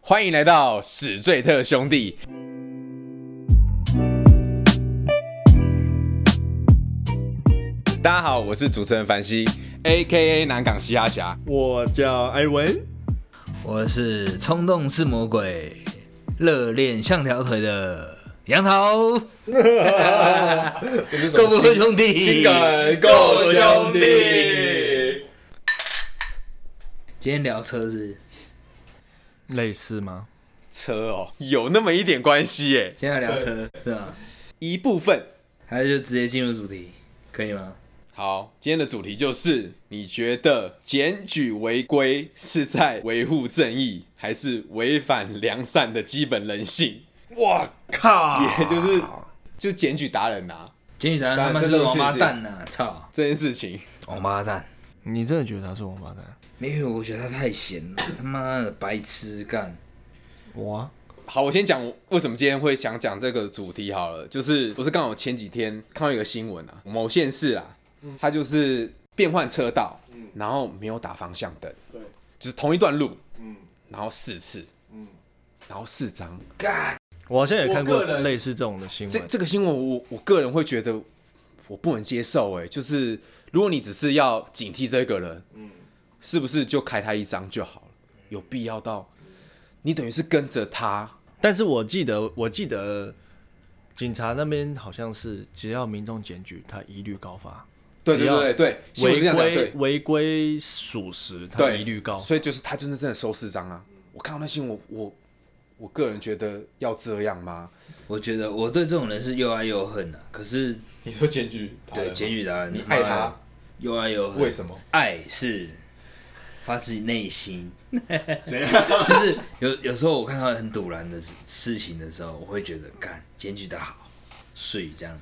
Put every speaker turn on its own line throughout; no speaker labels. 欢迎来到史最特兄弟。大家好，我是主持人凡西，A K A 南港嘻哈侠。
我叫艾文，
我是冲动是魔鬼，热恋像条腿的杨桃，够不够兄弟？
新梗够兄弟。
今天聊车子，
类似吗？
车哦，有那么一点关系耶，
今天要聊车是吧？
一部分。
还是就直接进入主题，可以吗？
好，今天的主题就是：你觉得检举违规是在维护正义，还是违反良善的基本人性？
哇靠！
也就是，就检举达人啊，
检举达人
当
他
然
们
这
是
种
王八
事情
蛋呐、操，
这件事情，
王八蛋！
你真的觉得他是王八蛋？
没有，我觉得他太闲了，他妈的白痴干。
我啊
好，我先讲为什么今天会想讲这个主题好了，就是不是刚好前几天看到一个新闻啊，某县市啊，
嗯
它就是变换车道，然后没有打方向灯，
对，
就是同一段路，
嗯
然后四次，然后四张，
干，
我好像也看过
我个人
类似这种的新
这
闻。
这个新闻我，我个人会觉得我不能接受、欸。哎，就是如果你只是要警惕这个人，是不是就开他一张就好了？有必要到你等于是跟着他，
但是我记得，我记得警察那边好像是，只要民众检举，他一律高发；
对
只
对
要
对对，新闻是这
违
样讲
规
对
违规属实，他
对
一律高。
所以就是他真的真的收四张啊！我看到那新闻，我我我个人觉得要这样吗？
我觉得我对这种人是又爱又恨的、啊可是
你说检举，
对检举达人，
哦你爱
妈的
他
又爱又恨
为，什么？
爱是发自内心，就是有有时候我看到很堵然的事事情的时候，我会觉得干检举的好，睡这样。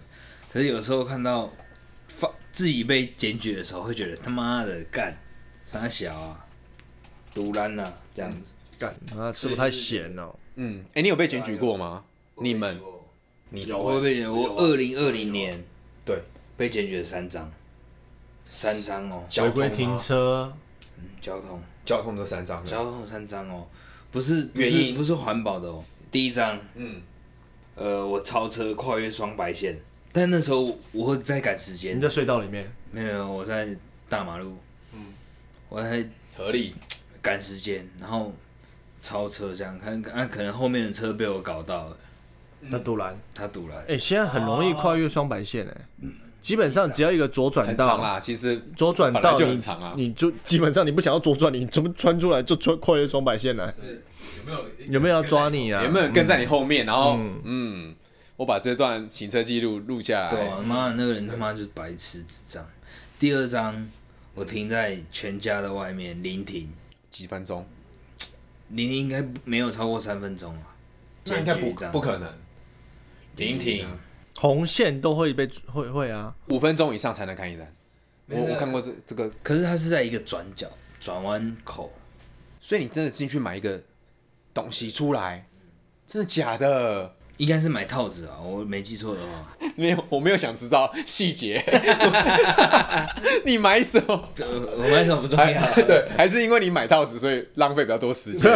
可是有时候看到发自己被检举的时候，会觉得他妈的干傻小啊，堵然啊这样子。
干，他是不是太闲哦了？
嗯，哎、你有被检举过吗？你们啊你
我会被检举，我二零二零年
对
被检举了三张，三张哦，
交
违
通啊
规
吗
停车，
交通。
交通这三张，
交通三张哦，不是
嗯
不
原
是
因
不是环保的哦。第一张，
嗯，
呃，我超车跨越双白线，但那时候我会在赶时间
你，在隧道里面，
没有，我在大马路，
嗯
我在
合理。
赶时间，然后超车这样，看看、啊、可能后面的车被我搞到了，
嗯
那杜兰，
他堵了，
哎，现在很容易跨越双白线哎，基本上只要一个左转
嗯很
道
长，啦，其实
左转
本
道
来就
你
很长啊
你就基本上你不想要左转，你怎么穿出来就穿跨越双白线来？
有没有
有没有要抓你啊？
有没有人跟在你后面？然后嗯，我把这段行车记录录下
对
来。
啊，妈的那个人他妈就是白痴智障。第二张，我停在全家的外面临停，
几分钟？
临停应该没有超过三分钟啊，
那应该
检举
不
一张
不可能。临停
红线都会被会会 啊，
五分钟以上才能看一单。我
没有
我看过这这个，
可是它是在一个转角、转弯口，
所以你真的进去买一个东西出来，真的假的？
应该是买套子啊，我没记错的话。
没有，我没有想知道细 节。你买什么？
对我我买什么不重
还
要，
哎对，啊还是因为你买套子，所以浪费比较多时间。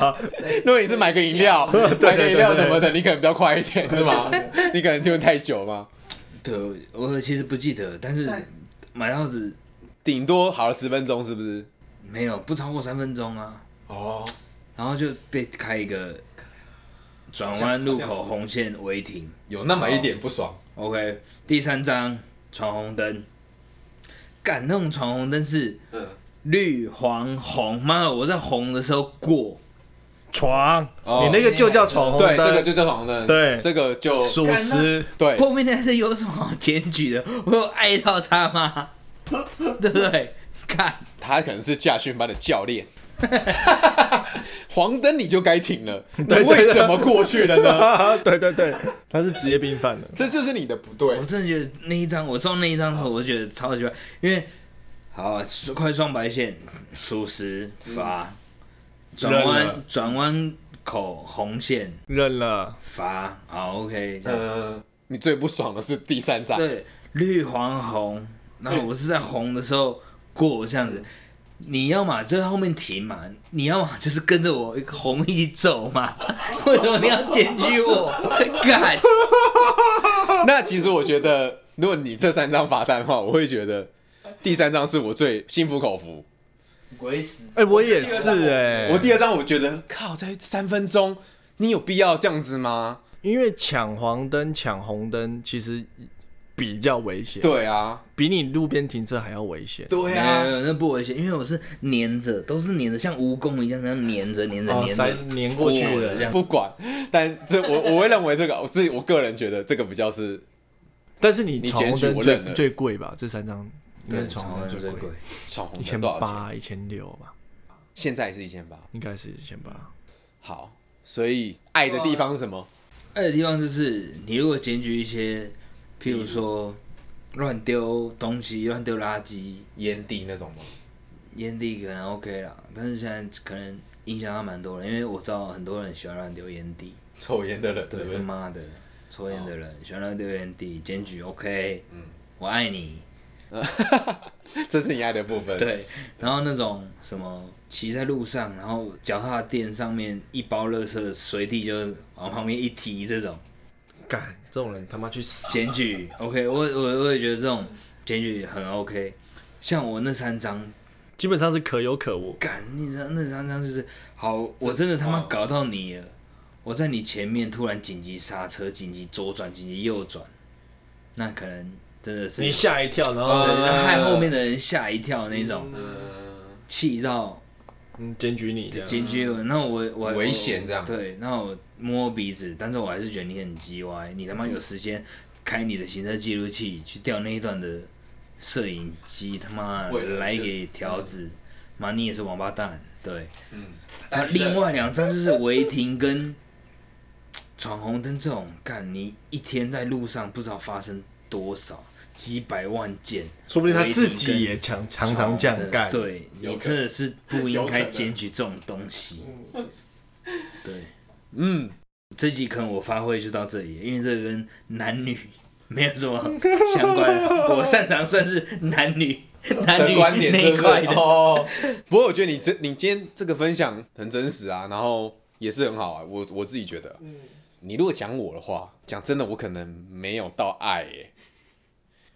如果你是买个饮料，买个饮料什么的，你可能比较快一点，是 吗？你可能就太久吗？
对，我其实不记得，但是买套子
顶多好了十分钟，是不是？
没有不超过三分钟啊，
哦，
然后就被开一个转弯路口红线违停。
有那么一点不爽。
OK，第三张闯红灯，干那种闯红灯是
嗯
绿黄红，妈的，我在红的时候过，
闯，
哦
你那个就叫闯红
对，
灯，
这个就叫闯红灯。
对
这个就
属实。
对。
后面那是有什么好检举的？ 我有爱到他吗？ 对不对？看，
他可能是驾训班的教练。 黄灯你就该停了，你
对对
为什么过去了呢？
对对对，他是职业病犯的。
这就是你的不对
我。真的觉得那一张，我中那一张的时候，我就觉得超级怪，因为好啊，快双白线，属实罚，
嗯
转
认了
弯转弯口红线
认了，
罚，好 OK，这样
嗯，你最不爽的是第三张，
嗯
对绿黄红，然后我是在红的时候过这样子，你要嘛就在后面停嘛，你要嘛就是跟着我红衣走嘛， 为什么你要检举我？ 干，
那其实我觉得，如果你这三张罚单的话，我会觉得第三张是我最心服口服。
鬼死！
哎、我也是哎、
我第二张我觉得靠，在三分钟，你有必要这样子吗？
因为抢黄灯、抢红灯其实比较危险，，
对啊，
比你路边停车还要危险。
对
没有
啊，
没有，那不危险，因为我是粘着，都是粘着，像蜈蚣一样这样粘着、粘着、
哦
粘
塞
着，
粘过去的
这样。
不管。但这我我会认为这个，我自己我个人觉得这个比较是
但是你
你
闯
检
红
举
灯
我
最
认了
最贵吧？这三张应该
对，
是闯
床
红
单
灯
最
贵
贵，，
闯红
一
灯
千
多少钱？
八、一千六吧，
现在是一千八。
应该是一千八。
好，所以爱的地方是什么？
爱的地方就是，你如果检举一些，譬如说乱丢东西、乱丢垃圾，
烟蒂那种吗？
烟蒂可能 OK 啦，但是现在可能影响到蛮多人，因为我知道很多人喜欢乱丢烟蒂，
抽烟的人是不
对，他
是？
妈的，抽烟的人、喜欢乱丢烟蒂，检举 OK，我爱你，
这是你爱的部分。
对，然后那种什么骑在路上，然后脚踏垫上面一包垃圾随地就是往旁边一踢，这种
干，这种人他妈去死！
检举 OK，我我我也觉得这种检举很 OK，像我那三张
基本上是可有可无。
干，那张那张张就是好，我真的他妈搞到你了。我在你前面突然紧急刹车、紧急左转、紧急右转，那可能真的是
你吓一跳，然
呃
后
对害后面的人吓一跳那种，气到
嗯检举你这样，
检举我。那我我
嗯危险这样
对，那我摸鼻子，但是我还是觉得你很鸡歪，你他妈
嗯
有时间开你的行车记录器去调那一段的摄影机，他妈
为了嗯
来
这
给条子，妈你也是王八蛋，对。
嗯，
啊，另外两张就是违停跟闯红灯这种，干你一天在路上不知道发生多少几百万件，
说不定他自己也常常常这样干。，
对
有
你
可能
真的是不应
有可
该
能
检举这种东西。 对，
嗯，
这集可能我发挥就到这里，因为这个跟男女没有什么相关的，我擅长算是男 女男
的
女
观点
那
是
一
不是？
块的。
哦，不过我觉得你这你今天这个分享很真实啊，然后也是很好啊，我我自己觉得。你如果讲我的话，讲真的，我可能没有到爱耶、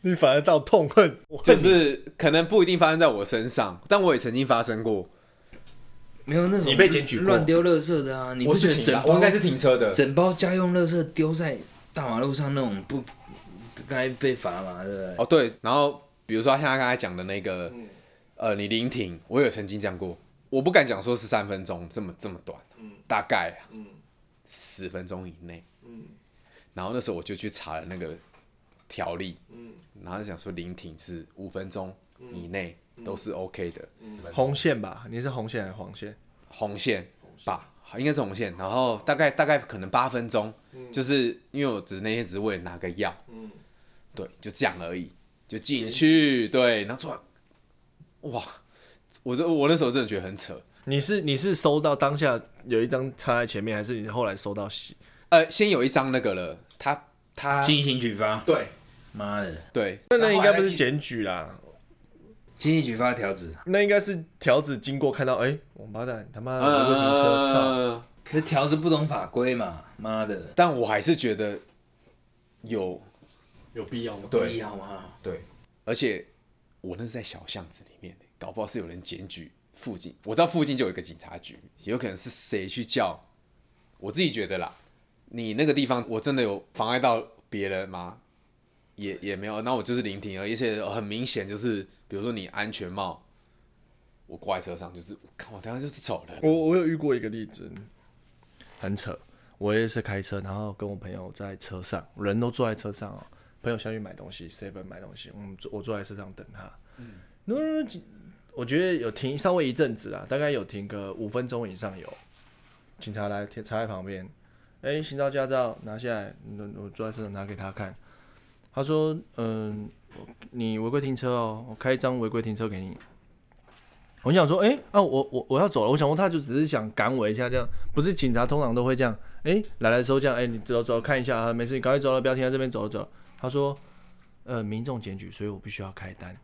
你反而到痛恨，我
就
恨你
是可能不一定发生在我身上，但我也曾经发生过。
没有那种
你被检举过
乱丢垃圾的啊，你不
我
觉
是
得
停
整
的，
包
我应该是停车的。
整包家用垃圾丢在大马路上那种不不该被罚嘛，对不对？
哦，对，然后比如说像他刚才讲的那个，呃，你临停，我有曾经讲过，我不敢讲说是三分钟这么这么短，大概啊，十分钟以内，然后那时候我就去查了那个条例，然后就想说临停是五分钟以内都是 OK 的，
红线吧？你是红线还是黄线？
红线吧，应该是红线。然后大概大概可能八分钟，就是因为我只那天只是为了拿个药，对，就这样而已，就嗯进去，对，然后突然，哇，我这我那时候真的觉得很扯。
你是你是收到当下有一张插在前面，还是你后来收到洗？
呃，先有一张那个了，他他
进行举发，
对
妈的，
对，
那那应该不是检举啦，
进行举发条子，
那应该是条子经过看到，哎、王八蛋，他
嗯
妈的违规停车，操、
呃，
可是条子不懂法规嘛，妈的，
但我还是觉得有
有必要吗？
对
必要吗？
对，而且我那是在小巷子里面，搞不好是有人检举附近，我知道附近就有一个警察局，也有可能是谁去叫，我自己觉得啦，你那个地方我真的有妨碍到别人吗？也也没有，那我就是聆听而已，而且很明显就是，比如说你安全帽，我挂在车上，就是我看我等下就是走人，
我我有遇过一个例子，很扯。我也是开车，然后跟我朋友在车上，人都坐在车上哦。朋友下去买东西，seven 买东西，我们坐我坐在车上等他。嗯，我觉得有停稍微一阵子啦，大概有停个五分钟以上有。警察来停插在旁边，哎、行照驾照拿下来，嗯我坐在车上拿给他看。他说：“嗯，我你违规停车哦，我开一张违规停车给你。”我想说，哎、啊，我我我要走了。我想说，他就只是想赶我一下，这样不是警察通常都会这样，哎、来的时候这样，哎、你走走看一下啊，没事，你赶快走了，不要停在这边走了走了。他说，呃，民众检举，所以我必须要开单。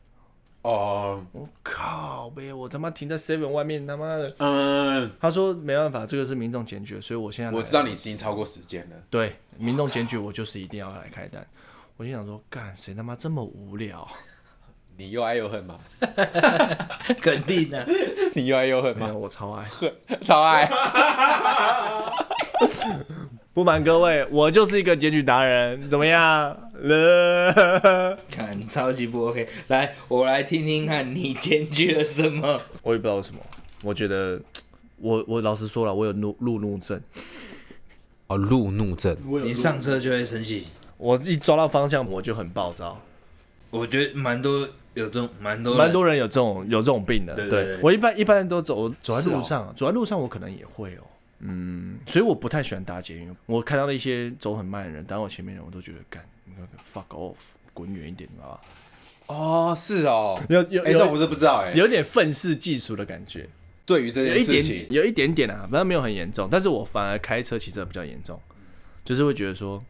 哦，
我靠呗，我他妈停在 seven 外面，他妈的。
嗯，
他说没办法，这个是民众检举，所以我现在来
我知道你已经超过时间了。
对民众检举，我就是一定要来开单。我就想说，干谁他妈这么无聊？
你又爱又恨吗？
肯定啊的、
你又爱又恨
没
吗？
有，我超 爱。
超爱。
不瞒各位，我就是一个检举达人，怎么样？ 了
看超级不 OK。来，我来听听看你检举了什么。
我也不知道为什么，我觉得我我老实说了，我有路路怒症，
哦，路怒症。
你上车就会生气，
我一抓到方向我就很暴躁，
我觉得蛮多有这种蛮多人
蛮多人有这种有这种病的。
对
对
对对
我一般一般人都走走
是
在
哦
路上，走在路上我可能也会哦。嗯，所以我不太喜欢搭捷运。我看到那些走很慢的人，挡我前面的人，我都觉得干，你看 fuck off，滚远一点，好吧？
哦，是哦。
有有
哎，
有
这我是不知道哎。
有点愤世嫉俗的感觉。
对于这
有
件
一
事
点
情，
有一点点啊，反正没有很严重，但是我反而开车骑车比较严重，就是会觉得说，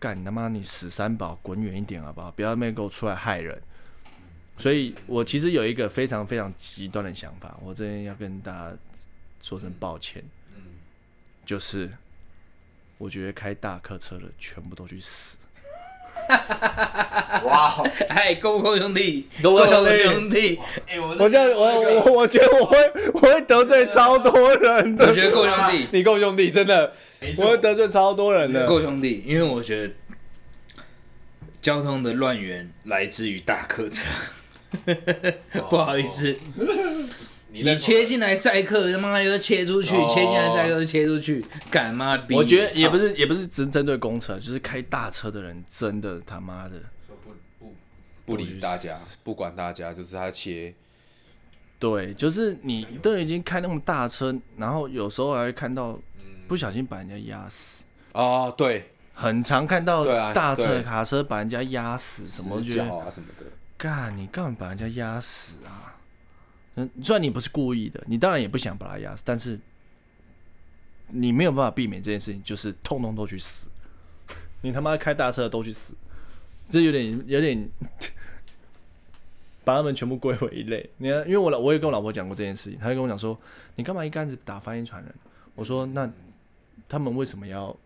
干你他妈你死三宝，滚远一点好不好？不要在那边给我出来害人。所以我其实有一个非常非常极端的想法，我这边要跟大家说声抱歉，就是我觉得开大客车的全部都去死。
哇，
哎，够不够兄弟？
够不够兄
兄
弟
弟？哎，我我
我我觉得我会我会得罪超多人
我，觉得够兄弟，
你够兄弟，真的
我会得罪超多人
够兄弟，因为我觉得交通的乱源来自于大客 车。不好意思，
你
你切进来载客，他妈又切出去，
哦
切进来载客又切出去，干妈逼！
我觉得也不
是，
是也不是只针对公车，就是开大车的人真的他妈的，
不理大家，不管大家，就是他切。
对，就是你都已经开那么大车，然后有时候还会看到不小心把人家压死，
哦，对，
很常看到
对啊
大车
对
卡车把人家压死，什么我
死
觉
角
得
啊什么的。
干你干嘛把人家压死啊？嗯，虽然你不是故意的，你当然也不想把他压死，但是你没有办法避免这件事情，就是通通都去死， 你他妈开大车的都去死，这有点有点把他们全部归为一类。你看，因为我老我也跟我老婆讲过这件事情，她就跟我讲说，你干嘛一竿子打翻一船人？我说那他们为什么要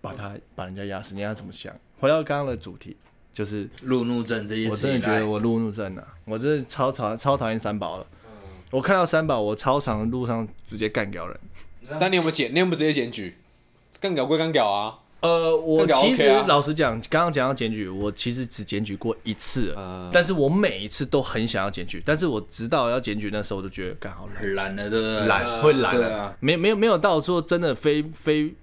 把他把人家压死？你要怎么想？回到刚刚的主题，就是
路怒症这件
我
事
真的
情，
觉得我路怒症啊，我真的超讨超讨厌三宝了。
嗯
我看到三宝，我超常路上直接干掉人。
但你有没有检？你有没有直接检举？干搞归干搞啊。
呃，我
干掉
其实
OK 啊
老实讲，刚刚讲到检举，我其实只检举过一次了，
嗯
但是我每一次都很想要检举，但是我直到要检举那时候，我就觉得干好
啊
懒，
很懒的，对不对？
懒会懒
对啊，
没没有没有到说真的非非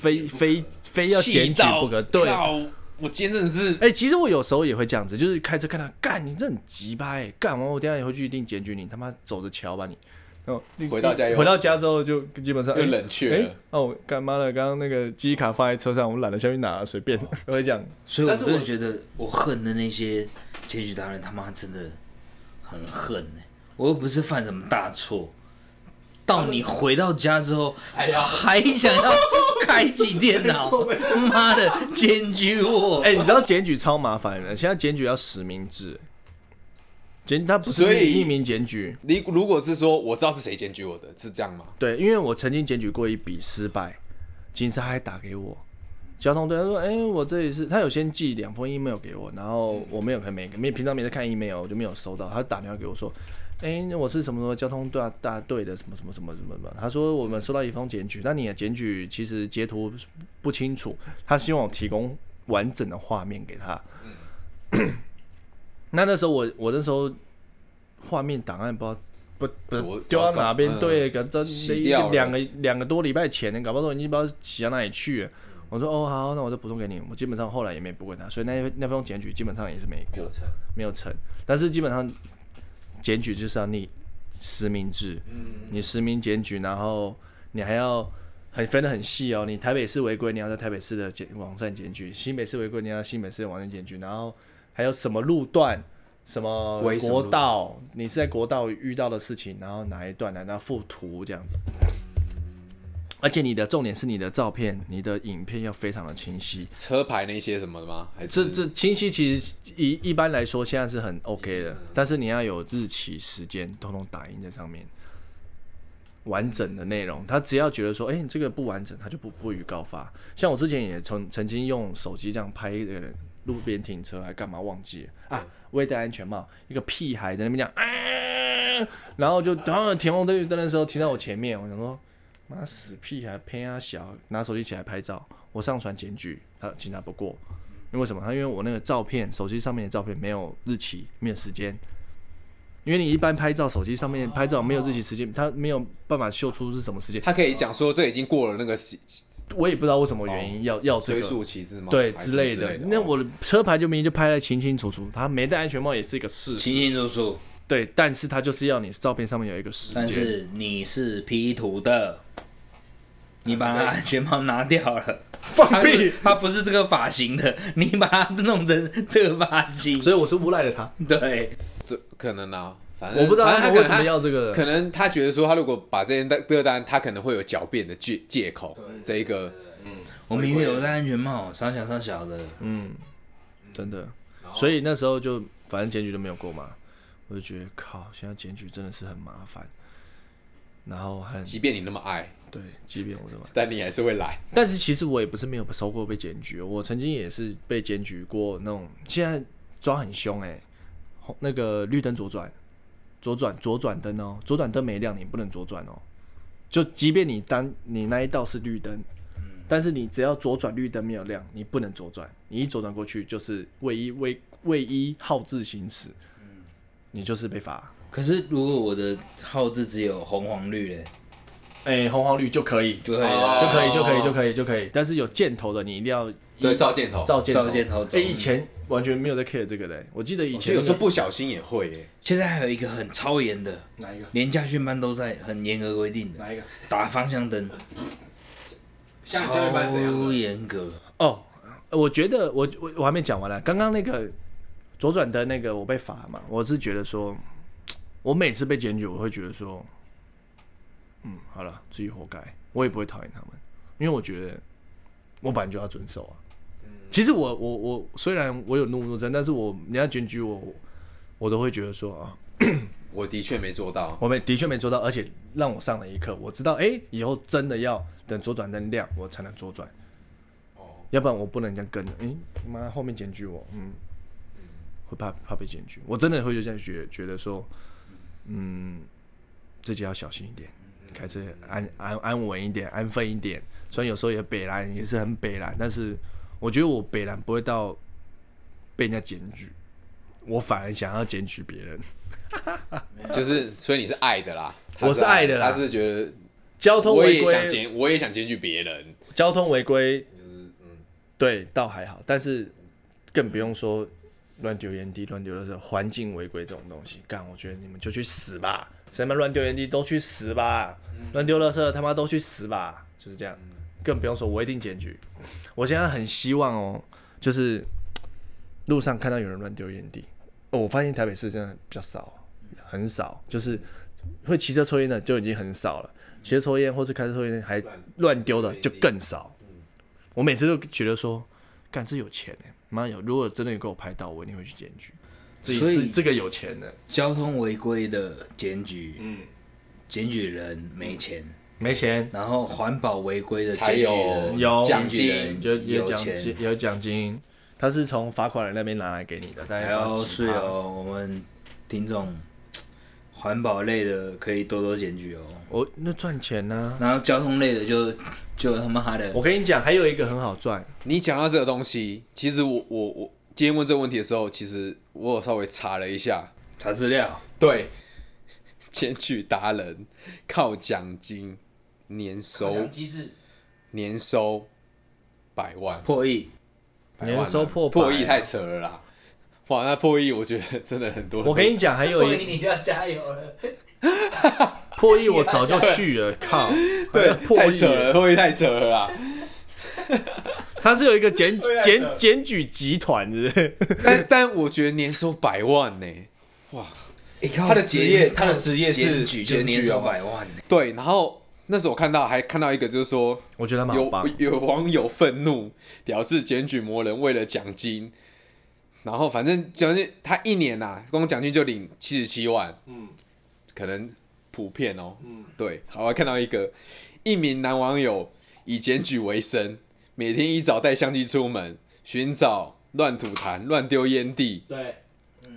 非非非要
气
检举
到
不可，呃对，
靠我今天真的是
哎、其实我有时候也会这样子，就是开车看他，干你这很急吧、欸？干完我等一下也会去一定检举你，他妈走着瞧吧你。然后你
回到家又
回到家之后就基本上
哎又
哎
冷却了
哎哦，我干妈的，刚刚那个记忆卡放在车上，我懒得下去拿，随便。我会讲，
所以我
但是
真
我
的觉得我恨的那些检举达人，他妈真的很恨呢、我又不是犯什么大错，到你回到家之后，
哎
还想要开启电脑，妈的检举我！
哎、你知道检举超麻烦的，现在检举要实名制，检他不是
所以
匿名检举。
你如果是说我知道是谁检举我的，是这样吗？
对，因为我曾经检举过一笔失败，警察还打给我，交通队他说：“哎、我这里是他有先寄两封 email 给我，然后我没有看没没平常没在看 email，我就没有收到。他打电话给我说：‘哎、我是什么什么交通队啊大队的什么什么什么什么什么。’他说我们收到一封检举，那你的检举其实截图不清楚，他希望我提供完整的画面给他。 那那时候我我那时候画面档案不知道。”不不
左
丢到
糟糕
哪边？
嗯
对，可真
洗掉了
两个两个多礼拜前，搞不好都已经不知道洗到哪里去了。我说哦好，那我就补充给你。我基本上后来也没补给他，所以那那封检举基本上也是没过，没有成。但是基本上检举就是要你实名制，你实名检举，然后你还要很分得很细哦。你台北市违规，你要在台北市的检网站检举；新北市违规，你要在新北市的网站检举。然后还有什么路段、什么
违什么
国
路
道，你是在国道遇到的事情，然后哪一段，然后附图这样子。而且你的重点是你的照片、你的影片要非常的清晰。
车牌那些什么的吗？还是
这这清晰其实一一般来说现在是很
嗯
OK 的，但是你要有日期、时间，通通打印在上面，完整的内容。他只要觉得说，哎、你这个不完整，他就不不予告发。像我之前也曾曾经用手机这样拍一个人路边停车，还干嘛忘记了啊？未戴安全帽，一个屁孩在那边讲，啊，然后就然后停红灯绿灯的时候停到我前面，我想说。妈死屁孩，偏啊小，拿手机起来拍照，我上传检举，他警察不过，因为什么？他因为我那个照片，手机上面的照片没有日期，没有时间，因为你一般拍照，手机上面拍照没有日期时间，他没有办法秀出是什么时间，
他可以讲说这已经过了那个时
我也不知道为什么原因要、要这
哦追
个。
溯期是吗？
对
还是
之类
之
的
类，
那
哦
我的车牌就明明就拍得清清楚楚，他没戴安全帽也是一个事实，
清清楚楚。
对，但是他就是要你照片上面有一个时
但
间，
是你是 P 图的，你把他安全帽拿掉 了，
放屁，
他不是这个发型的， 你把它弄成 这个发型，
所以我是无赖的他，
对，
这可能啊，反正
我不知道
反正
他
他
为
可
什
能
么
他
要这个，
可能他觉得说，他如果把这件单这个单，他可能会有狡辩的借借口，这一个
我明明有戴安全帽，上小上小的，
嗯，真的。所以那时候就反正检举都没有过嘛，我就觉得靠，现在检举真的是很麻烦。然后很
即便你那么爱，
对，即便我这么，
但你还是会来。
但是其实我也不是没有收过被检举，我曾经也是被检举过那种，现在抓很凶哎、红那个绿灯左转，左转左转灯哦，左转灯没亮你不能左转哦，就即便你当你那一道是绿灯，
嗯
但是你只要左转绿灯没有亮，你不能左转，你一左转过去就是唯一唯唯一好自行驶，
嗯
你就是被罚，
可是如果我的号字只有红黄绿嘞，
哎、红黄绿就可以，
就可以
哦
了，
就可以就可以就可以就可以，但是有箭头的你一定要
对，照箭
哦
头，
照箭
照箭头走
哎、以前完全没有在 care 这个的、我记得以
哦
我觉
前
得有时候不小心也会耶。
现在还有一个很超严的，
哪一个？
连家训班都在很严格规定的，
哪一个？
打方向灯，
像教育班怎样啊
超
的？
严格，
哦，我觉得我我我还没讲完啊呢。刚刚那个左转灯那个我被罚嘛，我是觉得说，我每次被检举，我会觉得说，嗯，好了，自己活该，我也不会讨厌他们，因为我觉得我本来就要遵守啊。
嗯
其实我我我虽然我有怒怒症，但是我人家检举我，我我都会觉得说啊，
我的确没做到，
我们的确没做到，而且让我上了一课，我知道，哎、以后真的要等左转灯亮，我才能左转。要不然我不能这样跟着，哎、妈后面检举我，嗯，会怕怕被检举，我真的会就这样觉觉得说，嗯，自己要小心一点，开车安安安稳一点，安分一点。虽然有时候也北蓝，也是很北蓝，但是我觉得我北蓝不会到被人家检举，我反而想要检举别人。
就是所以你是爱的啦，
我是爱的啦
他是觉得
交通
我
违
也
规
想检，我也想检举别人，
交通违规，对，倒还好，但是更不用说乱丢烟蒂、乱丢的是环境违规这种东西。干，我觉得你们就去死吧！谁他妈乱丢烟蒂都去死吧！乱丢垃圾他妈都去死吧！就是这样，更不用说，我一定检举。我现在很希望哦，就是路上看到有人乱丢烟蒂，哦，我发现台北市真的比较少，很少，就是会骑车抽烟的就已经很少了，骑车抽烟或是开车抽烟还乱丢的就更少。
嗯
我每次都觉得说，干这有钱呢、妈有，如果真的有给我拍到，我一定会去检举。这
所以
这这个有钱的，
交通违规的检举，
嗯，
检举人没钱，
没钱
然后环保违规的
才
检举
有
人
有
奖
检举人
金，
有有
有
奖
钱
金，有奖金，他是从罚款人那边拿来给你的，大概
还有
八
哎是
十趴
哦，我们听众环保类的可以多多检举哦，
我那赚钱呢、
然后交通类的就就他妈的
我跟你讲，还有一个很好赚，
你讲到这个东西，其实我我我今天问这个问题的时候，其实我有稍微查了一下，
查资料，
对，检举达人靠奖金年收
机制，
年收百万，
破亿，
百万啊
年收破百
破亿太扯了啦！哇，那破亿我觉得真的很多人都。
我跟你讲，还有一
你就要加油了。
破亿，我早就 去了，靠！
对
破
太
亿
扯了，破亿太扯了啦！
他是有一个检
对啊
检检举集团，是不 是？
但但我觉得年收百万呢、哇，
欸、
他的职业他的职业是
检举就
检举
年收
哦
百万呢、
对，然后那时候我看到还看到一个，就是说
我觉得他们好
有
棒，
有 网友愤怒表示，检举魔人为了奖金，然后反正奖金他一年呐、啊，光奖金就领七十七万，
嗯
可能普遍哦。
嗯，
对，好，我还看到一个，一名男网友以检举为生，每天一早带相机出门寻找乱吐痰、乱丢烟蒂、
对，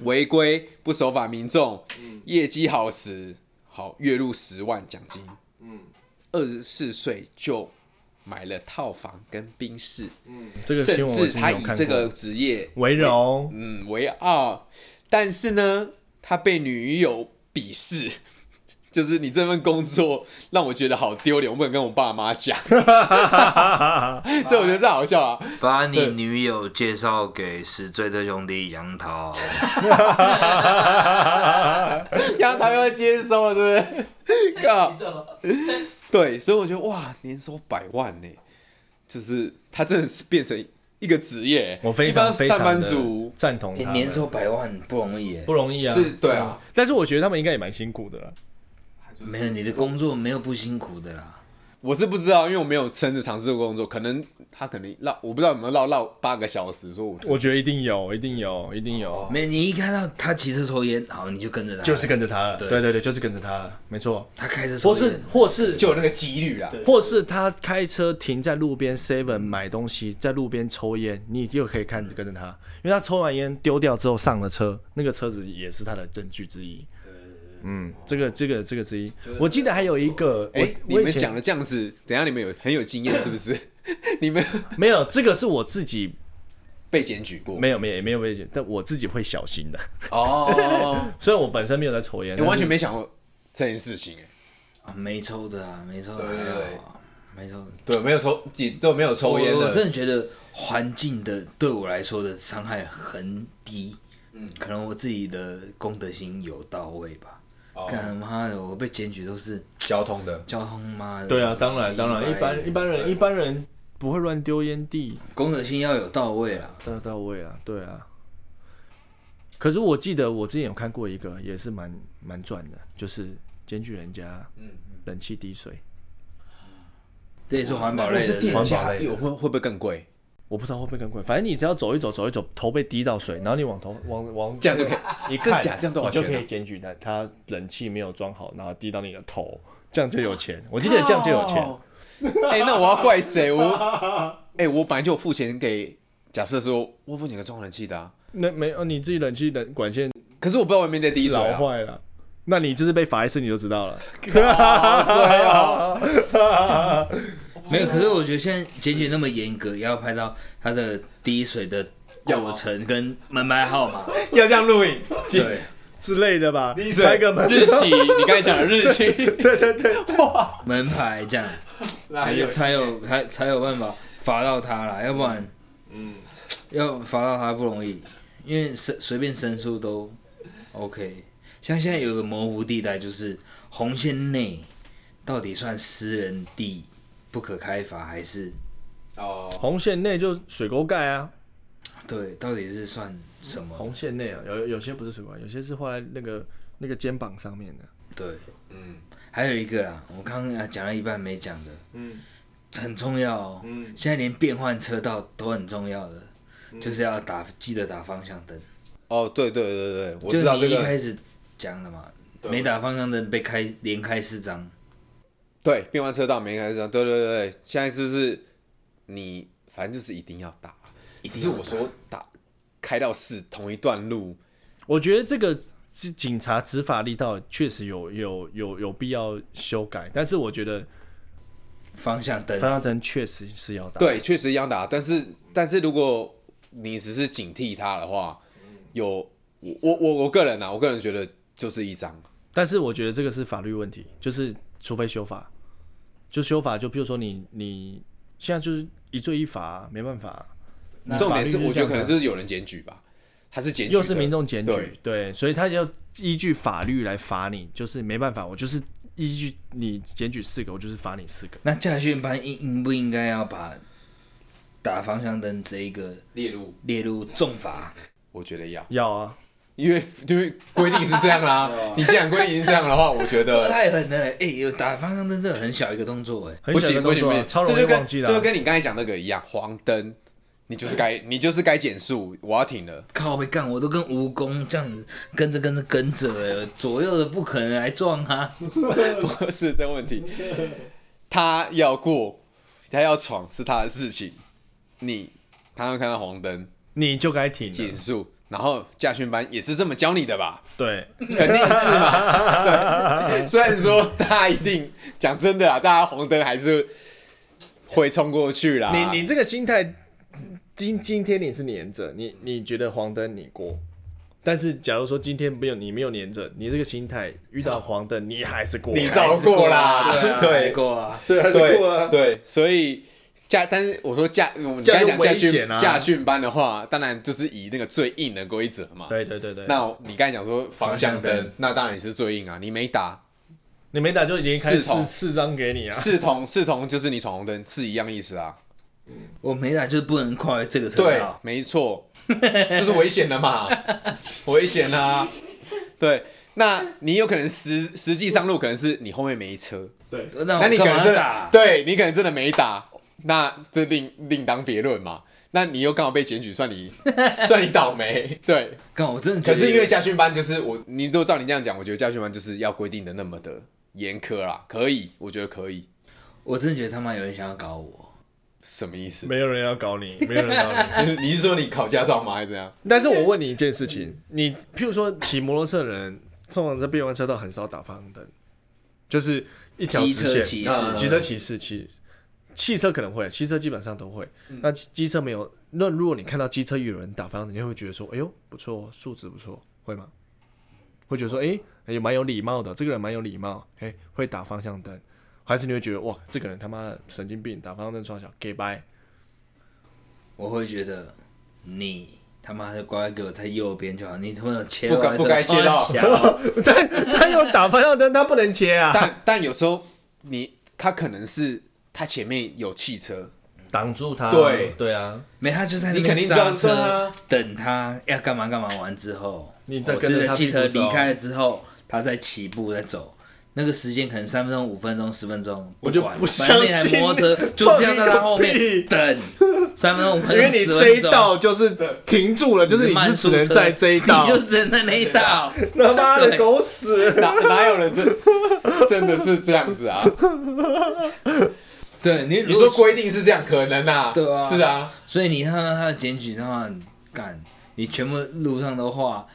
违规不守法民众
嗯，
业绩好时好月入十万奖金。
嗯
二十四岁就买了套房跟宾室，
嗯，
这个新
甚
闻我
至
是
他
没有
以
看
这个
过。
职业
为荣，
嗯为傲，但是呢，他被女友鄙视， 就是你这份工作让我觉得好丢脸，我不能跟我爸妈讲， 这我觉得是好笑啊，
把你女友介绍给死罪的兄弟杨桃，
让他要接收了，对不对？靠，
这了，
对，所以我觉得哇，年收百万呢，就是他真的是变成一个职业，
我非
一般
常非常
上班
地
族
赞同他们，
年收百万不容易耶
不。容易啊。
是对啊，
但是我觉得他们应该也蛮辛苦的啦。
没有你的工作没有不辛苦的啦。
我是不知道，因为我没有真的尝试过工作，可能他可能绕，我不知道有没有绕绕八个小时，说我
我觉得一定有，一定有，一定有，
哦
没你一看到他骑车抽烟，好你就跟着他，
就是跟着他了。
对
对对对，就是跟着他了，没错。
他开车抽
或
烟，
是或是
就有那个几率啦。
或是他开车停在路边 Seven 买东西，在路边抽烟，你又可以看跟着他，因为他抽完烟丢掉之后上了车，那个车子也是他的证据之一。嗯，这个这个这个之一，我记得还有一个，
哎、
我
你
我以
们
前
讲的这样子，等一下你们有很有经验是不是？ 你们
没有，这个是我自己
被检举过
没有没有没有危险，但我自己会小心的。
哦？
虽然我本身没有在抽烟，
你、完全
但是
没想过这件事情哎、
啊没抽的啊，没抽的
对对
还好啊，没抽的。
对，没有抽，都没有抽烟
我我真
的，
的觉得环境的对我来说的伤害很低，嗯，可能我自己的公德心有到位吧。
哦
干他妈的，我被检举都是
交通的，
交通妈的。
对啊，当然当然，一般一般人一般人不会乱丢烟蒂，
公德心要有到位啦。
到到位啊，对啊。可是我记得我之前有看过一个，也是蛮蛮赚的，就是检举人家
嗯
冷气滴水，
这也是环保
哦
如果
类
是
的
店
环保
家
类的
有会会不会更贵？
我不知道会不会更贵。反正你只要走一走，走一走，头被滴到水，然后你往头往往
这样就可以
一
真
看，
假这样多少
你就
钱啊
可以检举他，他冷气没有装好，然后滴到你的头，这样就有钱。我记得这样就有钱。
哦。哎、那我要怪谁？我哎、我本来就有付钱给，假设说我付钱给装冷气的啊，
那没有你自己冷气冷管线
可是我不知道外面在滴水
老
啊。
坏了，那你就是被罚一次你就知道了。
好衰哦
没有，可是我觉得现在检举那么严格，也要拍到它的滴水的过程跟门牌号码。
要这样录影，
对，
之类的吧，开个门，
日期，你刚才讲的日期，
门牌这样，
那
才有才有才才有办法罚到他啦，要不然
嗯，
要罚到他不容易，因为申随便申诉都 OK。像现在有个模糊地带，就是红线内到底算私人地不可开发，还是
哦，
红线内就水沟盖啊，
对，到底是算什么？
红线内啊，有有些不是水沟盖，有些是画在那个那个肩膀上面的。
对，
嗯，
还有一个啦，我刚刚讲了一半没讲的，
嗯，
很重要哦。
嗯
现在连变换车道都很重要的，
嗯
就是要打记得打方向灯。
哦，对对对对，我
就
知道这
你一
个，
开始讲的嘛，
对
没打方向灯被开连开四张，
对，变换车道没开始讲，对对对对，现在是不是你反正就是一定要打，只是我说打开到四同一段路，
我觉得这个是警察执法力道确实有有有有必要修改，但是我觉得
方向灯
方向灯确实是要打。，
对，确实一样打，但是但是如果你只是警惕他的话，有我我我我个人啊，我个人觉得就是一张，
但是我觉得这个是法律问题，就是除非修法，就修法，就比如说你你现在就是一罪一罚啊，没办法啊、
重点是
法律
我
是这样
觉得可能
子
就是有人检举吧，他是检举的，
又是民众检举，
对
所以他要依据法律来罚你，就是没办法，我就是依据你检举四个，我就是罚你四个。
那驾训班应应不应该要把打方向灯这一个
列入，
列入重罚？
我觉得要。
要啊，
因为因为规定是这样 啦、
啊
你既然规定已经这样的话，我觉得
太狠了，哎、有打方向灯这个很小一个动作、哎，
很
不
小的
行不
动
行
作
不
啊
行，
超
这
容易
就跟
忘记
这
了。
就跟你刚才讲那个一样，黄灯，你就是该你就是该减速，我要停 了。
靠被干，我都跟蜈蚣这样子跟着跟着跟着、哎，左右的不可能来撞啊，
不是这问题，他要过，他要闯是他的事情，你他要看到红灯
你就该停了。
减速，然后驾训班也是这么教你的吧？
对，
肯定是 嘛。对，虽然说大家一定讲真的啦，大家红灯还是会冲过去啦。
你你这个心态，今今天你是黏着，你你觉得黄灯你过，但是假如说今天没有你没有黏着，你这个心态遇到黄灯你还是过，
你照过啦，
对
啊对
过啊，
对还是过
对
啊，
对，所以。驾，但是我说驾，我们
这
刚
样
才讲驾
就危
训
险啊
驾训班的话，当然就是以那个最硬的规则嘛。
对对对对，
那你刚才讲说方向
方向
灯
灯，
那当然也是最硬啊！你没打
你没打就已经开
四筒
四四张给你啊，
视同视同就是你闯红灯是一样意思啊。
我没打就是不能跨越这个车
对
道，，
没错， 就是危险的 嘛，危险啊！对，那你有可能实实际上路可能是你后面没车，
那
那
我
你可
哦干
能
嘛
真的
打？
对你可能真的没打，那这另另当别论嘛。那你又刚好被检举，算 你算你倒霉，对。
干，我真的觉
可
得
是因为驾训班就是我，你如果照你这样讲，我觉得驾训班就是要规定的那么的严苛啦，可以，我觉得可以。
我真的觉得他妈有人想要搞我，
什么意 思？
没有人要搞你，没有人要搞你。
你是说你考驾照吗？还是怎样？
但是我问你一件事情，你譬如说骑摩托车的人，通常在变弯车道很少打方向灯，就是一条
机
直
车
线。啊
嗯
骑士，
机车骑士骑，汽车可能会，汽车基本上都会。
嗯
那机机车没有，那如果你看到机车有人打方向灯，你会觉得说，哎呦不错哦，素质不错，会吗？会觉得说，哎、也蛮有礼貌的，这个人蛮有礼貌，哎、会打方向灯，还是你会觉得哇，这个人他妈的神经病，打方向灯撞小给掰，
我会觉得你他妈的乖乖给我在右边就好，你他妈的切
不该
弯
不该
车
切到
冲小
但 他有打方向灯，他不能切 啊，
但但有时候你他可能是他前面有汽车，
挡住他
对
对啊，
没，他就在那
你
边
肯定
刹
知道
车
啊，
等他要干嘛干嘛完之后，
你再
我
跟
这
着
个
他
汽
屁股
车离
走
开了之后，他再起步再走。那个时间可能三分钟、五分钟、十分钟，
我就
管
不
反正那
相
台
信
摩托车
你
就是要在他
放
后
你个
面
屁
等三分钟、五分
因为
钟、
你
十
这
分
一
钟，
道就是停住了，就是你
慢
是
速
只能
车
在这一道
你，就只能在那一道。
他妈的
对
狗屎！
哪哪有人真 真的是这样子啊？
对你，
你说，规定是这样，可能啊，
对啊
是啊，
所以你看到他的检举的话，干，你全部路上都画，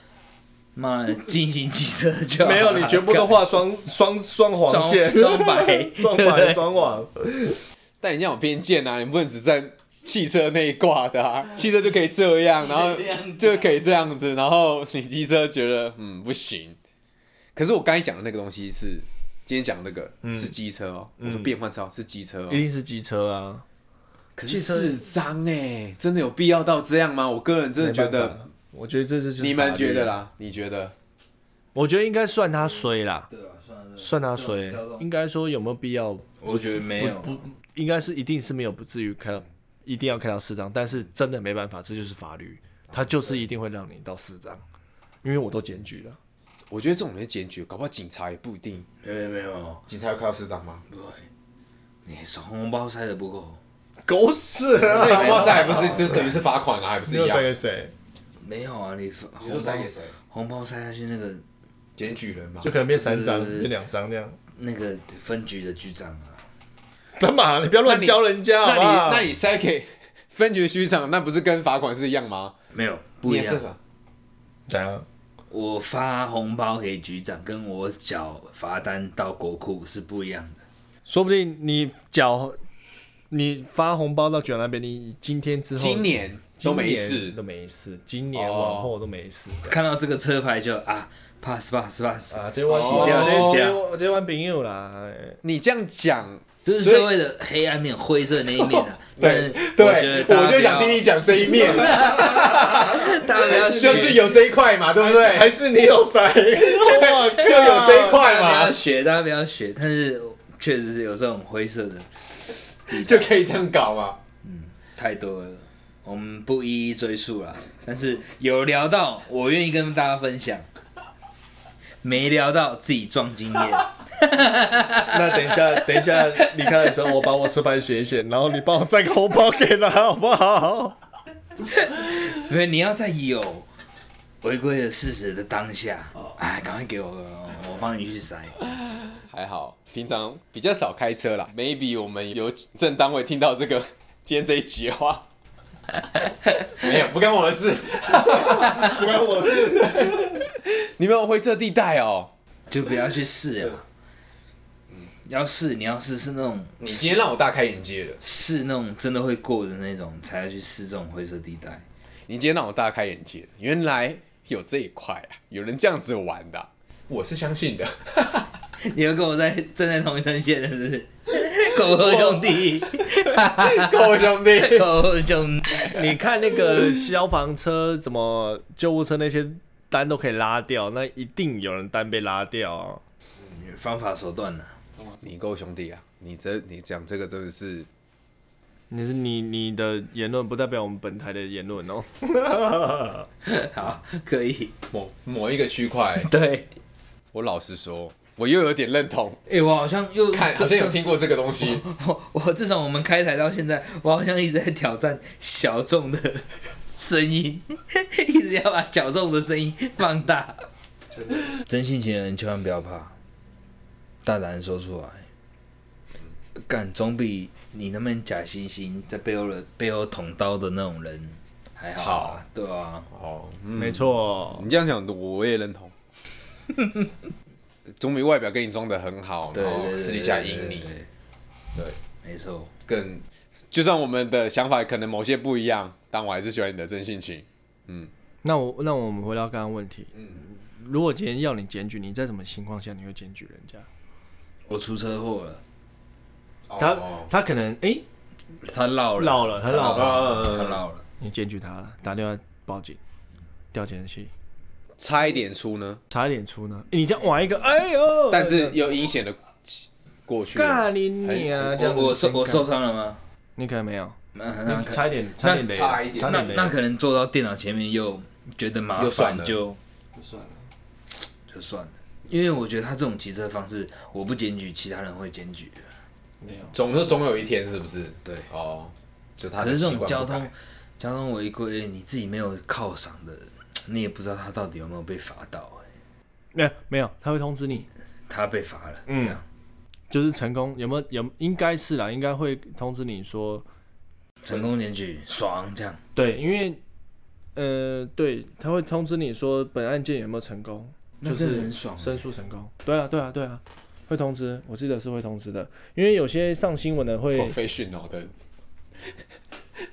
妈的，进行机车就好
没有，你
了
全部都
干
画双双双黄
双
线，
双白
双白双黄。
但你这样有偏见啊，你不能只站汽车那一挂的 啊，汽车就可以这样，然后
汽
就
车这样子啊
可以这样子，然后你机车觉得嗯不行，可是我刚才讲的那个东西是今天讲那个
嗯
是机车哦，我说变换车哦是机车哦，
定是机车啊！
可是
汽车
四张哎、真的有必要到这样吗？我个人真的觉
没办
得
法，，我觉得这是就是
你们觉得
法律啊？
啦？你觉得？
我觉得应该算他衰啦，
对啊，算了，
算他衰
这种这。种
应该说有没有必要？
我觉得没有
不，不应该是一定是没有，不至于开到一定要开到四张，但是真的没办法，这就是法律，他就是一定会让你到四张，因为我都检举了。
我觉得这种人检举，搞不好警察也不一定。
没有没有，
警察有开到市长吗？
不会，你手红包塞的不够，
狗屎啊！
那红包塞还不是就等于是罚款啊，还不是一样？
给谁？
没有啊，你红包
你说塞给谁？
红包塞下去那个
检举人嘛
就。可能变三张，
对对对
变两张这样。
那个分局的局长啊，
他妈，你不要乱
那你
教人家
那
好不
你
好？
那你塞给分局局长，那不是跟罚款是一样吗？
没有
你
不一
也是
样。
吧？
怎样？
我发红包给局长，跟我缴罚单到国库是不一样的。
说不定你缴，你发红包到局长那边，你今天之后
今年
今
都
年
没事
都，没事，哦今年往后都没事。
看到这个车牌就啊，pass pass pass，
啊，这弯
洗
掉洗
这
掉
这弯朋友啦，哎
你这样讲，
这是
所以
社会的黑暗面、灰色那一 面啊。但是我觉
对
得，大
我
家
就
不要
想听你，讲这一面，
大家不要
就
学
是有这一块嘛，对不对？
还是你有 塞，哇
就有这一 块
大家不
嘛
要，学，大家不要学，但是确实是有这种灰色的
就可以这样搞嘛。
太多了。我们不一一追溯了，但是有聊到，我愿意跟大家分享；没聊到，自己撞经验。
那等一下，等一下离开的时候，我把我车牌写一写，然后你帮我塞个红包给他，好不好？
因为你要在有违规的事实的当下，哎，赶快给我，我帮你去塞。
还好，平常比较少开车啦。Maybe 我们有正单位听到这个 今天这一集的话， 没有不干我的 事。
不关我的事。
你们有灰色地带哦。
就不要去试啊。要试，你要试是那种
你今天让我大开眼界了，
试那种真的会过的那种，才要去试这种灰色地带。
你今天让我大开眼界，原来有这一块啊，有人这样子玩的啊、我是相信的。
你要跟我在站在同一阵线的是不 是？狗和兄弟，
各位兄 弟，
狗和兄弟，
你看那个消防车、什么救护车那些单都可以拉掉，那一定有人单被拉掉、啊。
方法手段呢、啊
你够兄弟啊！你这你讲这个真的是
你是你你的言论不代表我们本台的言论哦。
好，可以，
某某一个区块，
对。
我老实说，我又有点认同。
哎、我好像又
看，好像有听过这个东西，
我我自从我们开台到现在，我好像一直在挑战小众的 声音， 一直要把小众的声音放大。真性情的人千万不要怕，大胆地说出来，干总比你那边假惺惺在背后的背后捅刀的那种人还好啊，对啊，
没错，
你这样讲，我也认 同。总比外表跟你装的很好，
对
然
对
后
对，
私底下
对
赢你，，
对
对，
没错，
更就算我们的想法可能某些不一样，但我还是喜欢你的真性情。
那我那我们回到刚刚问题，如果今天要你检举，你在什么情况下你会检举人家？
我出车祸了，
他
哦
他可能哎、
他绕了，
绕了他
哦
绕
了
他绕了，
你检举他了，打电话报警，调监视器，
差一点出呢，
差一点出呢。诶你这样玩一个，哎呦！
但是又阴险的过去了。
干你你啊！这样
哎我我受我受
伤，
伤了吗？
你可能没有，
那那
差一点差一点雷了，
差一点
差
那
点雷了，
那可能坐到电脑前面又觉得麻
又算
烦，
了
就
算了。
就算了。因为我觉得他这种骑车方式，我不检举，其他人会检举。
总就总有一天，是不是？
对
哦，就他
可
的
是这
习
种
惯
交
不改
通交通违规，你自己没有犒赏的，你也不知道他到底有没有被罚到、欸
没有没有，他会通知你，
他被罚了，嗯，
就是成功有没有有应该是啦，应该会通知你说，
成功检举，爽这样。
对，因为呃对，他会通知你说本案件有没有成功，
那真的很爽
申诉成功。对啊对啊对啊，会通知，我记得是会通知的，因为有些上新闻的会，
professional 的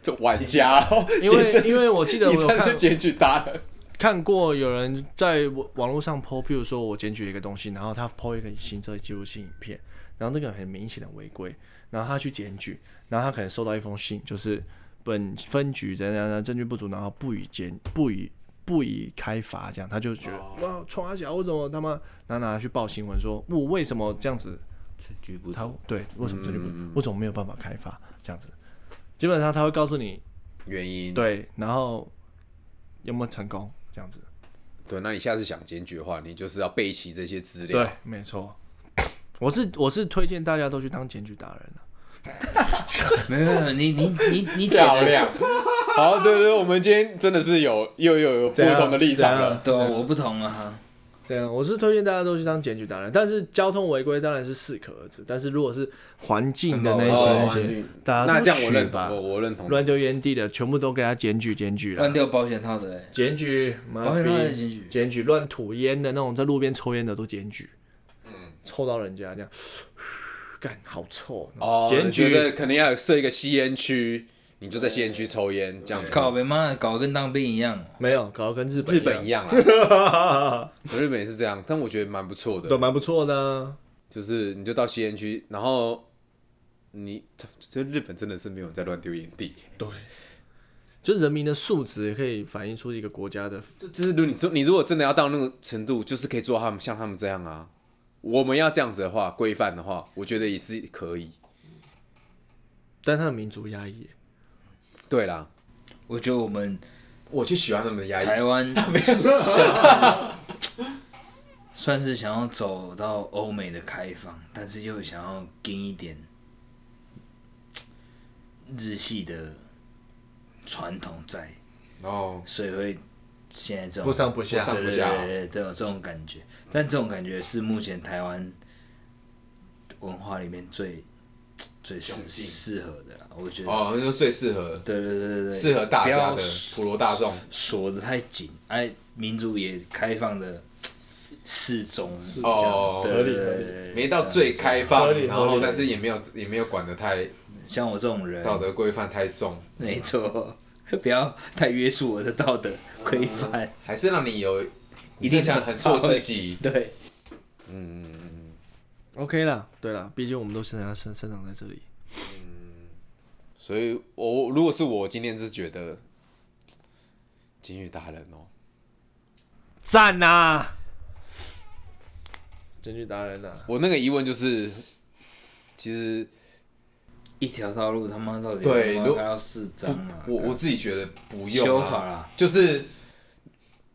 这玩家哦，
因为
简直
因为我记得我
你
有
算
看
是检举达人，
看过有人在网网络上 PO，比如说我检举一个东西，然后他 PO 一个行车记录器影片，然后那个很明显的违规，嗯然后他去检举，然后他可能收到一封信，就是本分局怎样怎样证据不足，然后不予检不予不予开罚，这样他就觉得哇冲他小，我怎么他妈，然后拿去报新闻说我为什么这样子，
证据不
他对为什么证据不足，我怎么没有办法开罚这样子，基本上他会告诉你
原因。
对，然后有没有成功这样子。
对，那你下次想检举的话，你就是要备齐这些资料
对。，啊没错。 我是我是推荐大家都去当检举达人啊
没有没有，你你你你检
漂
了，
亮。 好，对对，我们今天真的是有又又有不
怎样
同的立场
怎
了
样。
对啊，我不同啊，
啊对啊，我是推荐大家都去当检举达人，但是交通违规当然是适可而止，但是如果是环境的那些、
哦
那
环
些
境，
大家
那
都
这样我
去
认同，
吧
我，我认同。
乱丢烟蒂的全部都给他检举检举
乱
了，
掉保险套的、欸，
检举，妈
保险套也
逼
检举，
检举，乱吐烟的那种在路边抽烟的都检举，嗯，抽到人家这样， 干好臭
哦，
检
觉得
举，
可能要有设一个吸烟区，你就在吸烟区抽烟，这样子
搞呗妈的，搞得跟当兵一样。
没有搞得跟日本
日本一
样，
样啊，啊 日本也是这样，但我觉得蛮不错的
都。蛮不错的啊、
就是你就到吸烟区，然后你这这日本真的是没有人在乱丢烟蒂，
对，就人民的素质可以反映出一个国家的。
就就是如果你说你如果真的要到那个程度，就是可以做到他们像他们这样啊。我们要这样子的话，规范的话，我觉得也是可以。
但他的民族压抑，
对啦，
我觉得我们
我就喜欢他们的压抑。
台湾算是 算是想要走到欧美的开放，但是又想要跟一点日系的传统在，
然后
所以会现在这种
不上不下
不上
对
不
对
下
对对，都有这种感觉。但这种感觉是目前台湾文化里面最最适
窘境
适合的啦，我觉得。
哦，那就最适合
对对对对对，
适合大
不
家
要
的普罗大众。
锁的太紧，哎，民主也开放的适中，
哦
这样
合理
对对
合
对
理
对对
没到最开放
合，理
然
合
后
理
但是也没有也没有管得太
像我这种人，
道德规范太重，
没错， 不要太约束我的道德规范，
还是让你有
一定
想
想
很做自己。
对，
OK 啦，对啦，毕竟我们都生长生生长在这里，
所以我如果是我今天是觉得金玉达人哦，
赞呐、真句达人呐、啊
我那个疑问就是，其实
一条道路他妈到底
对
有没
如
有开到四张啊？
我我自己觉得不用
修
啊
法啦，
就是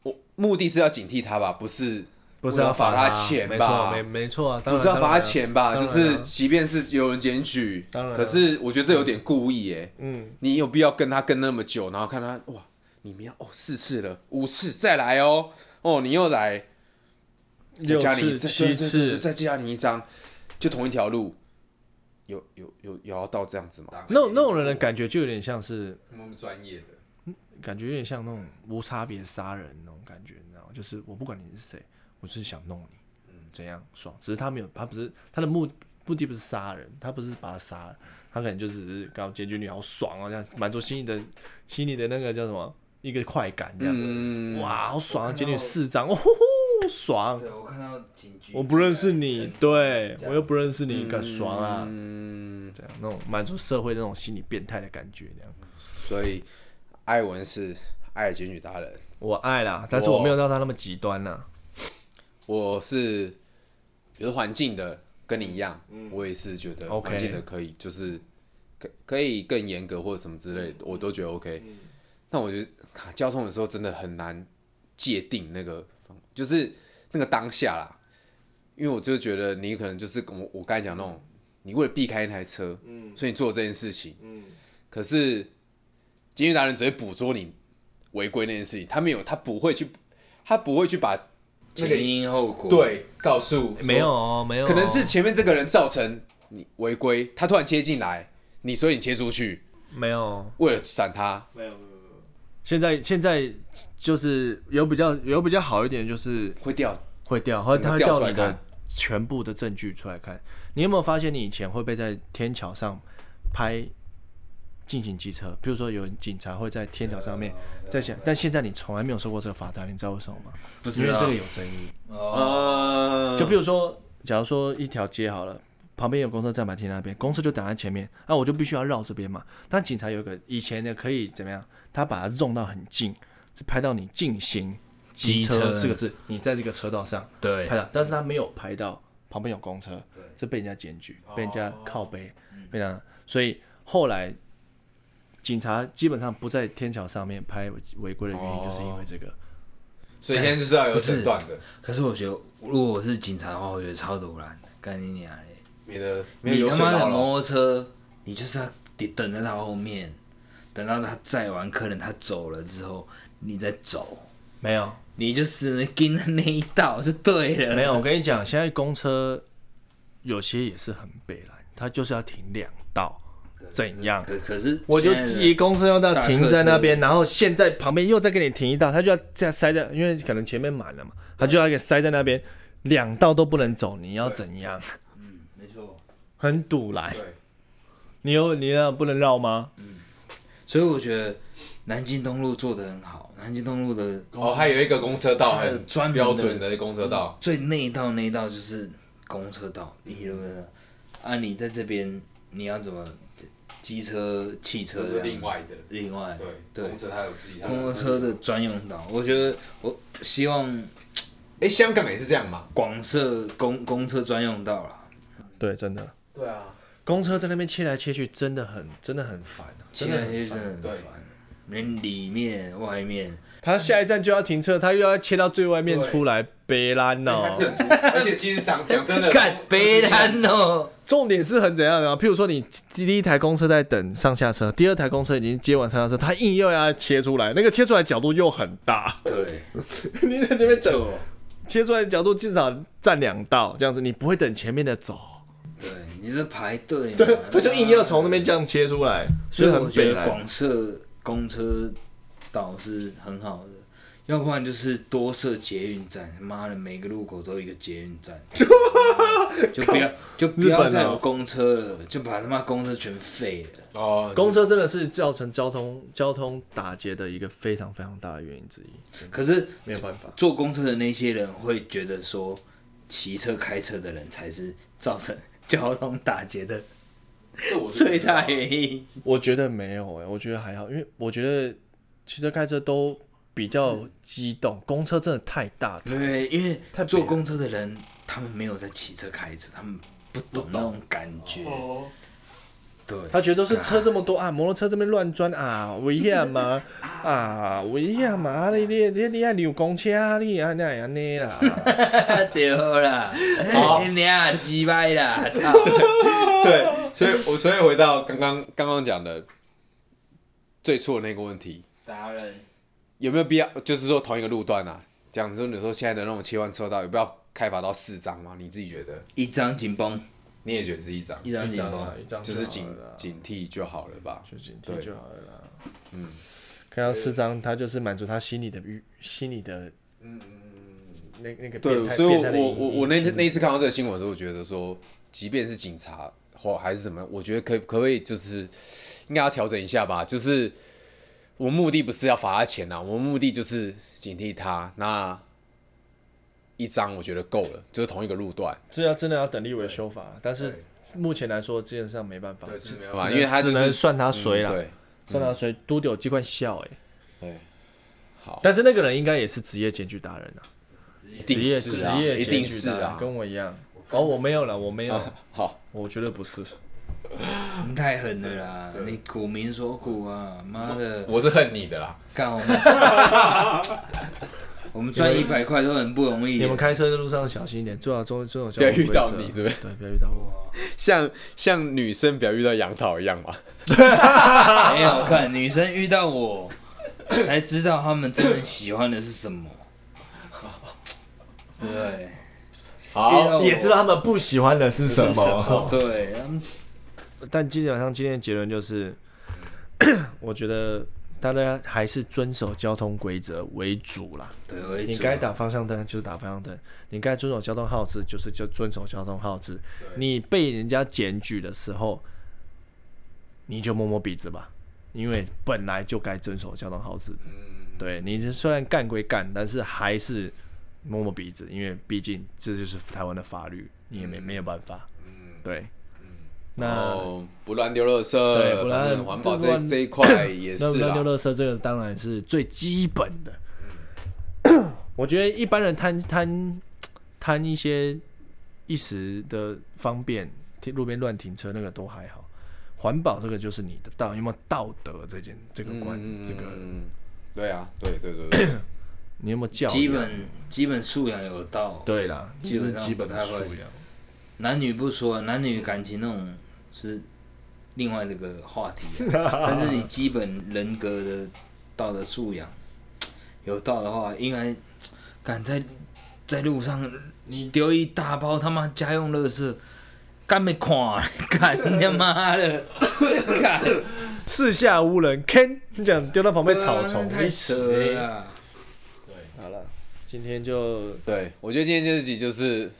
我目的是要警惕他吧，不是
不
是
是
要
要
罚
罚
他
他
钱
没
吧
错，没没错啊，当
不
然
是要罚
当然
他
啊
钱吧？
当
就
然啊
是即便是有人检举，
当然啊
可是我觉得这有点故意耶。
嗯，
你有必要跟他跟那么久，然后看他哇，你们要哦四次了，五次再来哦，哦你又来，再
六
加你
次
一再
七
对对对对
次
再加你一张，就同一条路，有有有有要到这样子吗？
那种那种人的感觉就有点像是，
那么专业的，
感觉有点像那种无差别杀人那种感觉，你知道吗？就是我不管你是谁，我就是想弄你，嗯怎样爽？只是他没有，他不是他的目目的不是杀人，他不是把他杀了，他可能就只是刚好结局你好爽哦，这样满足心里的心里的那个叫什么一个快感这样子。
嗯，
哇，好爽啊！
我看到
检举四张，哦吼吼，爽！
对我看到警局，
我不认识你，对
这样
我又不认识你，干爽啊！
嗯
这样那种满足社会那种心理变态的感觉，这样
所以艾文是艾尔检举达人，
我爱啦，但是我没有到他那么极端啦。
我是比如说环境的，跟你一样，我也是觉得
OK
环境的可以，就是可可以更严格或者什么之类的，我都觉得 OK。但我觉得卡交通有时候真的很难界定那个方，就是那个当下啦，因为我就觉得你可能就是我我刚才讲那种，你为了避开那台车，所以你做这件事情，可是监狱达人只会捕捉你违规那件事情，他没有，他不会去，他不会去把。那个
前因后果，，
对，告诉
没有哦，没有哦，
可能是前面这个人造成你违规，他突然切进来，你所以你切出去，
没有哦。
为了闪他，
现在现在就是有比较有比较好一点，就是
会掉。
会调，会
整个
它会
调出
调
来
你的
看
全部的证据出来看。你有没有发现，你以前会被在天桥上拍进行机车？比如说，有人警察会在天桥上面在想，但现在你从来没有收过这个罚单，你知道为什么吗？
不知
因为
道
这个有争议。
哦，
呃，
就比如说，假如说一条街好了，旁边有公车站牌停在那边，公车就挡在前面，那、我就必须要绕这边嘛。但警察有一个以前的可以怎么样？他把它弄到很近，是拍到你进行机
机
车
车
四个字，你在这个车道上。
对
拍，到，但是他没有拍到旁边有公车，是被人家检举，被人家靠背，被人家，所以后来警察基本上不在天桥上面拍违规的原因，就是因为这个。
所以现在就是要有诊断的，
可是我觉得如果我是警察的话，我觉得超堵拦的，干你娘嘞！
没得没
你
有油
他
水
妈
到
的
了，
摩托车，你就是要得等在他后面，等到他载完客人他走了之后，你再走，
没有，
你就只能跟着那一道就对了。
没有，我跟你讲，现在公车有些也是很北蓝，它就是要停两道，怎样？
可可是
我就
现在的
一公车要到
大客
停在那
车
边，然后现在旁边又再给你停一道，他就要这样塞在，因为可能前面满了嘛，他就要给塞在那边，两道都不能走，你要怎样？
嗯，没错。
很堵来
对。
你有你那不能绕吗？
所以我觉得南京东路做得很好，南京东路的
哦，还有一个公车道
它有
很
专门的
标准的嗯公车道，
最那一道那一道就是公车道一路的，啊，你在这边你要怎么机车、汽车
这
这
是
样
另外的，
另外
对，
对
公车它有自己它有
公共车的专用道，我觉得我希望
哎，香港也是这样嘛？
广设公公车专用道啦，
对，真的，
对啊，
公车在那边切来切去，真的很真的很烦、啊，
其
真
他
的
那
很
些
烦。
真的很
对
烦。连里面外面，
他下一站就要停车，他又要切到最外面
对哎
出来，别烂哦
还。是很多，而且其实讲讲真的，
干悲惨哦，
重点是很怎样的、啊？譬如说，你第第一台公车在等上下车，第二台公车已经接完上下车，他硬又要切出来，那个切出来角度又很大，
对，
你在那边
没
等，
错，
切出来的角度至少占两道这样子，你不会等前面的走，
对，你是排队嘛，啊
对，他就硬要从那边这样切出来，
所以
就
我
很
觉
北
得
来。
广设公车道是很好的，要不然就是多设捷运站，妈的每个路口都有一个捷 运站，就不要就不
日本
要
哦
再有公车了，就把他妈公车全废了。
哦，
公车真的是造成交通交通打劫的一个非常非常大的原因之一，
可是
没有办法。
坐公车的那些人会觉得说，骑车开车的人才是造成交通打劫的
这我是不
最
知道
大原因。
我觉得没有哎、我觉得还好，因为我觉得骑车开车都比较激动，公车真的太大了。
没有，没有因为
太北
坐
了
公车的人，他们没有在骑车开车，他们不懂那种感觉。对，
他觉得都是车这么多啊，摩托车这边乱钻啊，危险 嘛啊，危险嘛，啊你你你你啊，你有公车啊，你啊那样那啦，
对啦，
好
你俩鸡掰啦，操！
对，所以我所以回到刚刚刚刚讲的最初的那个问题，
达人，
有没有必要？就是说同一个路段啊，讲说你说现在的那种切换车道，有必要开发到四张吗？你自己觉得？
一张紧绷，
你也觉得是一张？
一张
一
紧
张啊
绷，
一张
就是
好
警
了啦
警惕就好了吧？
就警
对
惕就好了啦。嗯，看到四张，他就是满足他心里的欲，心里的嗯那那个
对
变，态
所以我
变态的
我
阴
我
影
我那
心
天
理
那一次看到这个新闻的时候，我觉得说，即便是警察或还是什么，我觉得可以可不可以就是应该要调整一下吧？就是我们目的不是要罚他钱呐、我们目的就是警惕他。那一张我觉得够了，就是同一个路段，
这要真的要等立委修法，但是目前来说，基本上没办法，只
办法
只能
因为他就
只
是
能算他
对
水了，
对
算他水，都丢这块笑哎。
嗯对，好，
但是那个人应该也是职业检举达人啊，
一
职
定
业
是
职
啊，
业
一定
检
是
举达人
啊，
跟我一样。哦，我没有了，我 没有，
好，
我绝对 不是。
你太狠了啦！你苦民所苦啊，妈的，
我是恨你的啦。
干我们， 我们赚一百块都很不容易
你。们开车的路上小心一点，最好中这种
不要遇到你是不是
对，不要遇到我。
像像女生不要遇到杨桃一样嘛。
没有看女生遇到我，才知道他们真正喜欢的是什么。对
好，
我
也知道他们不喜欢的 是什
啊
么。
对，他们
但基本上今天的结论就是，
嗯
我觉得大家还是遵守交通规则为主啦。
对为主
你该打方向灯就是打方向灯，你该遵守交通号志就是就遵守交通号志。你被人家检举的时候，你就摸摸鼻子吧，因为本来就该遵守交通号志。
嗯
对，你是虽然干归干，但是还是摸摸鼻子，因为毕竟这就是台湾的法律，你也没、没有办法。对，那。
哦，不乱丢垃圾，
呃对不乱
反正环保
不
这
乱
这一块也
那
是啦
那。六垃圾这个当然是最基本的。 我觉得一般人贪贪贪一些一时的方便，停路边乱停车那个都还好。环保这个就是你的道有没有道德这件这个观、这个
嗯，对啊，对对对 对，
你有没有教养啊
基本基本素养有到，
对啦，
基本
这
上
是基本
不
的
太会
素养。
男女不说，男女感情那种是另外这个话题啊、 但是你基本人格的道德素养有到的话，应该敢在在路上你丢一大包他妈家用垃圾，干没看，干你妈的， 干
四下无人坑，你讲丢到旁边草丛，
啊太
一起
扯了啊啦。
好了，今天就
对，我觉得今天这集就是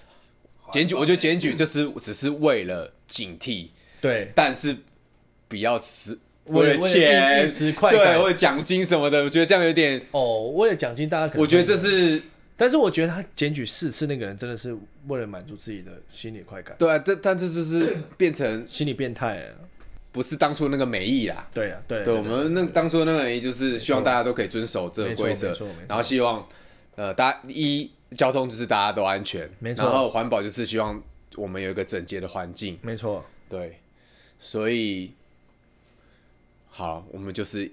检举，我觉得检举就是只是为了警惕，
对
但是不要只
为
了
为了一
钱
一时快
对，
感
为了奖金什么的，我觉得这样有点，
哦，为了奖金，大家可能
我觉得
会
这是
但是我觉得他检举四次那个人真的是为了满足自己的心理快感，
对啊，但但这就是变成
心理变态了。
不是当初那个美意啦。
对啊，对啊
对，我们那当初那个原因就是希望大家都可以遵守这个规则
没错没错没错，
然后希望呃，大家一交通就是大家都安全，
没错
然后环保就是希望我们有一个整洁的环境，
没错，
对，所以好，我们就是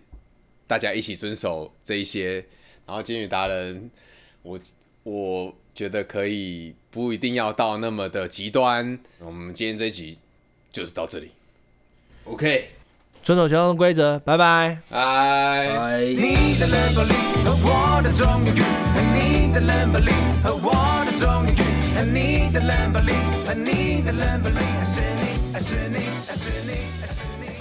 大家一起遵守这一些，然后监狱达人，我我觉得可以不一定要到那么的极端。我们今天这一集就是到这里，
OK，
遵守交通规则，拜拜。哎
拜。
拜。
你的冷暴力和我的纵欲，你的冷暴力和我的纵欲，你的冷暴力和你的冷暴力，爱是你，爱是你，爱是你，爱是你。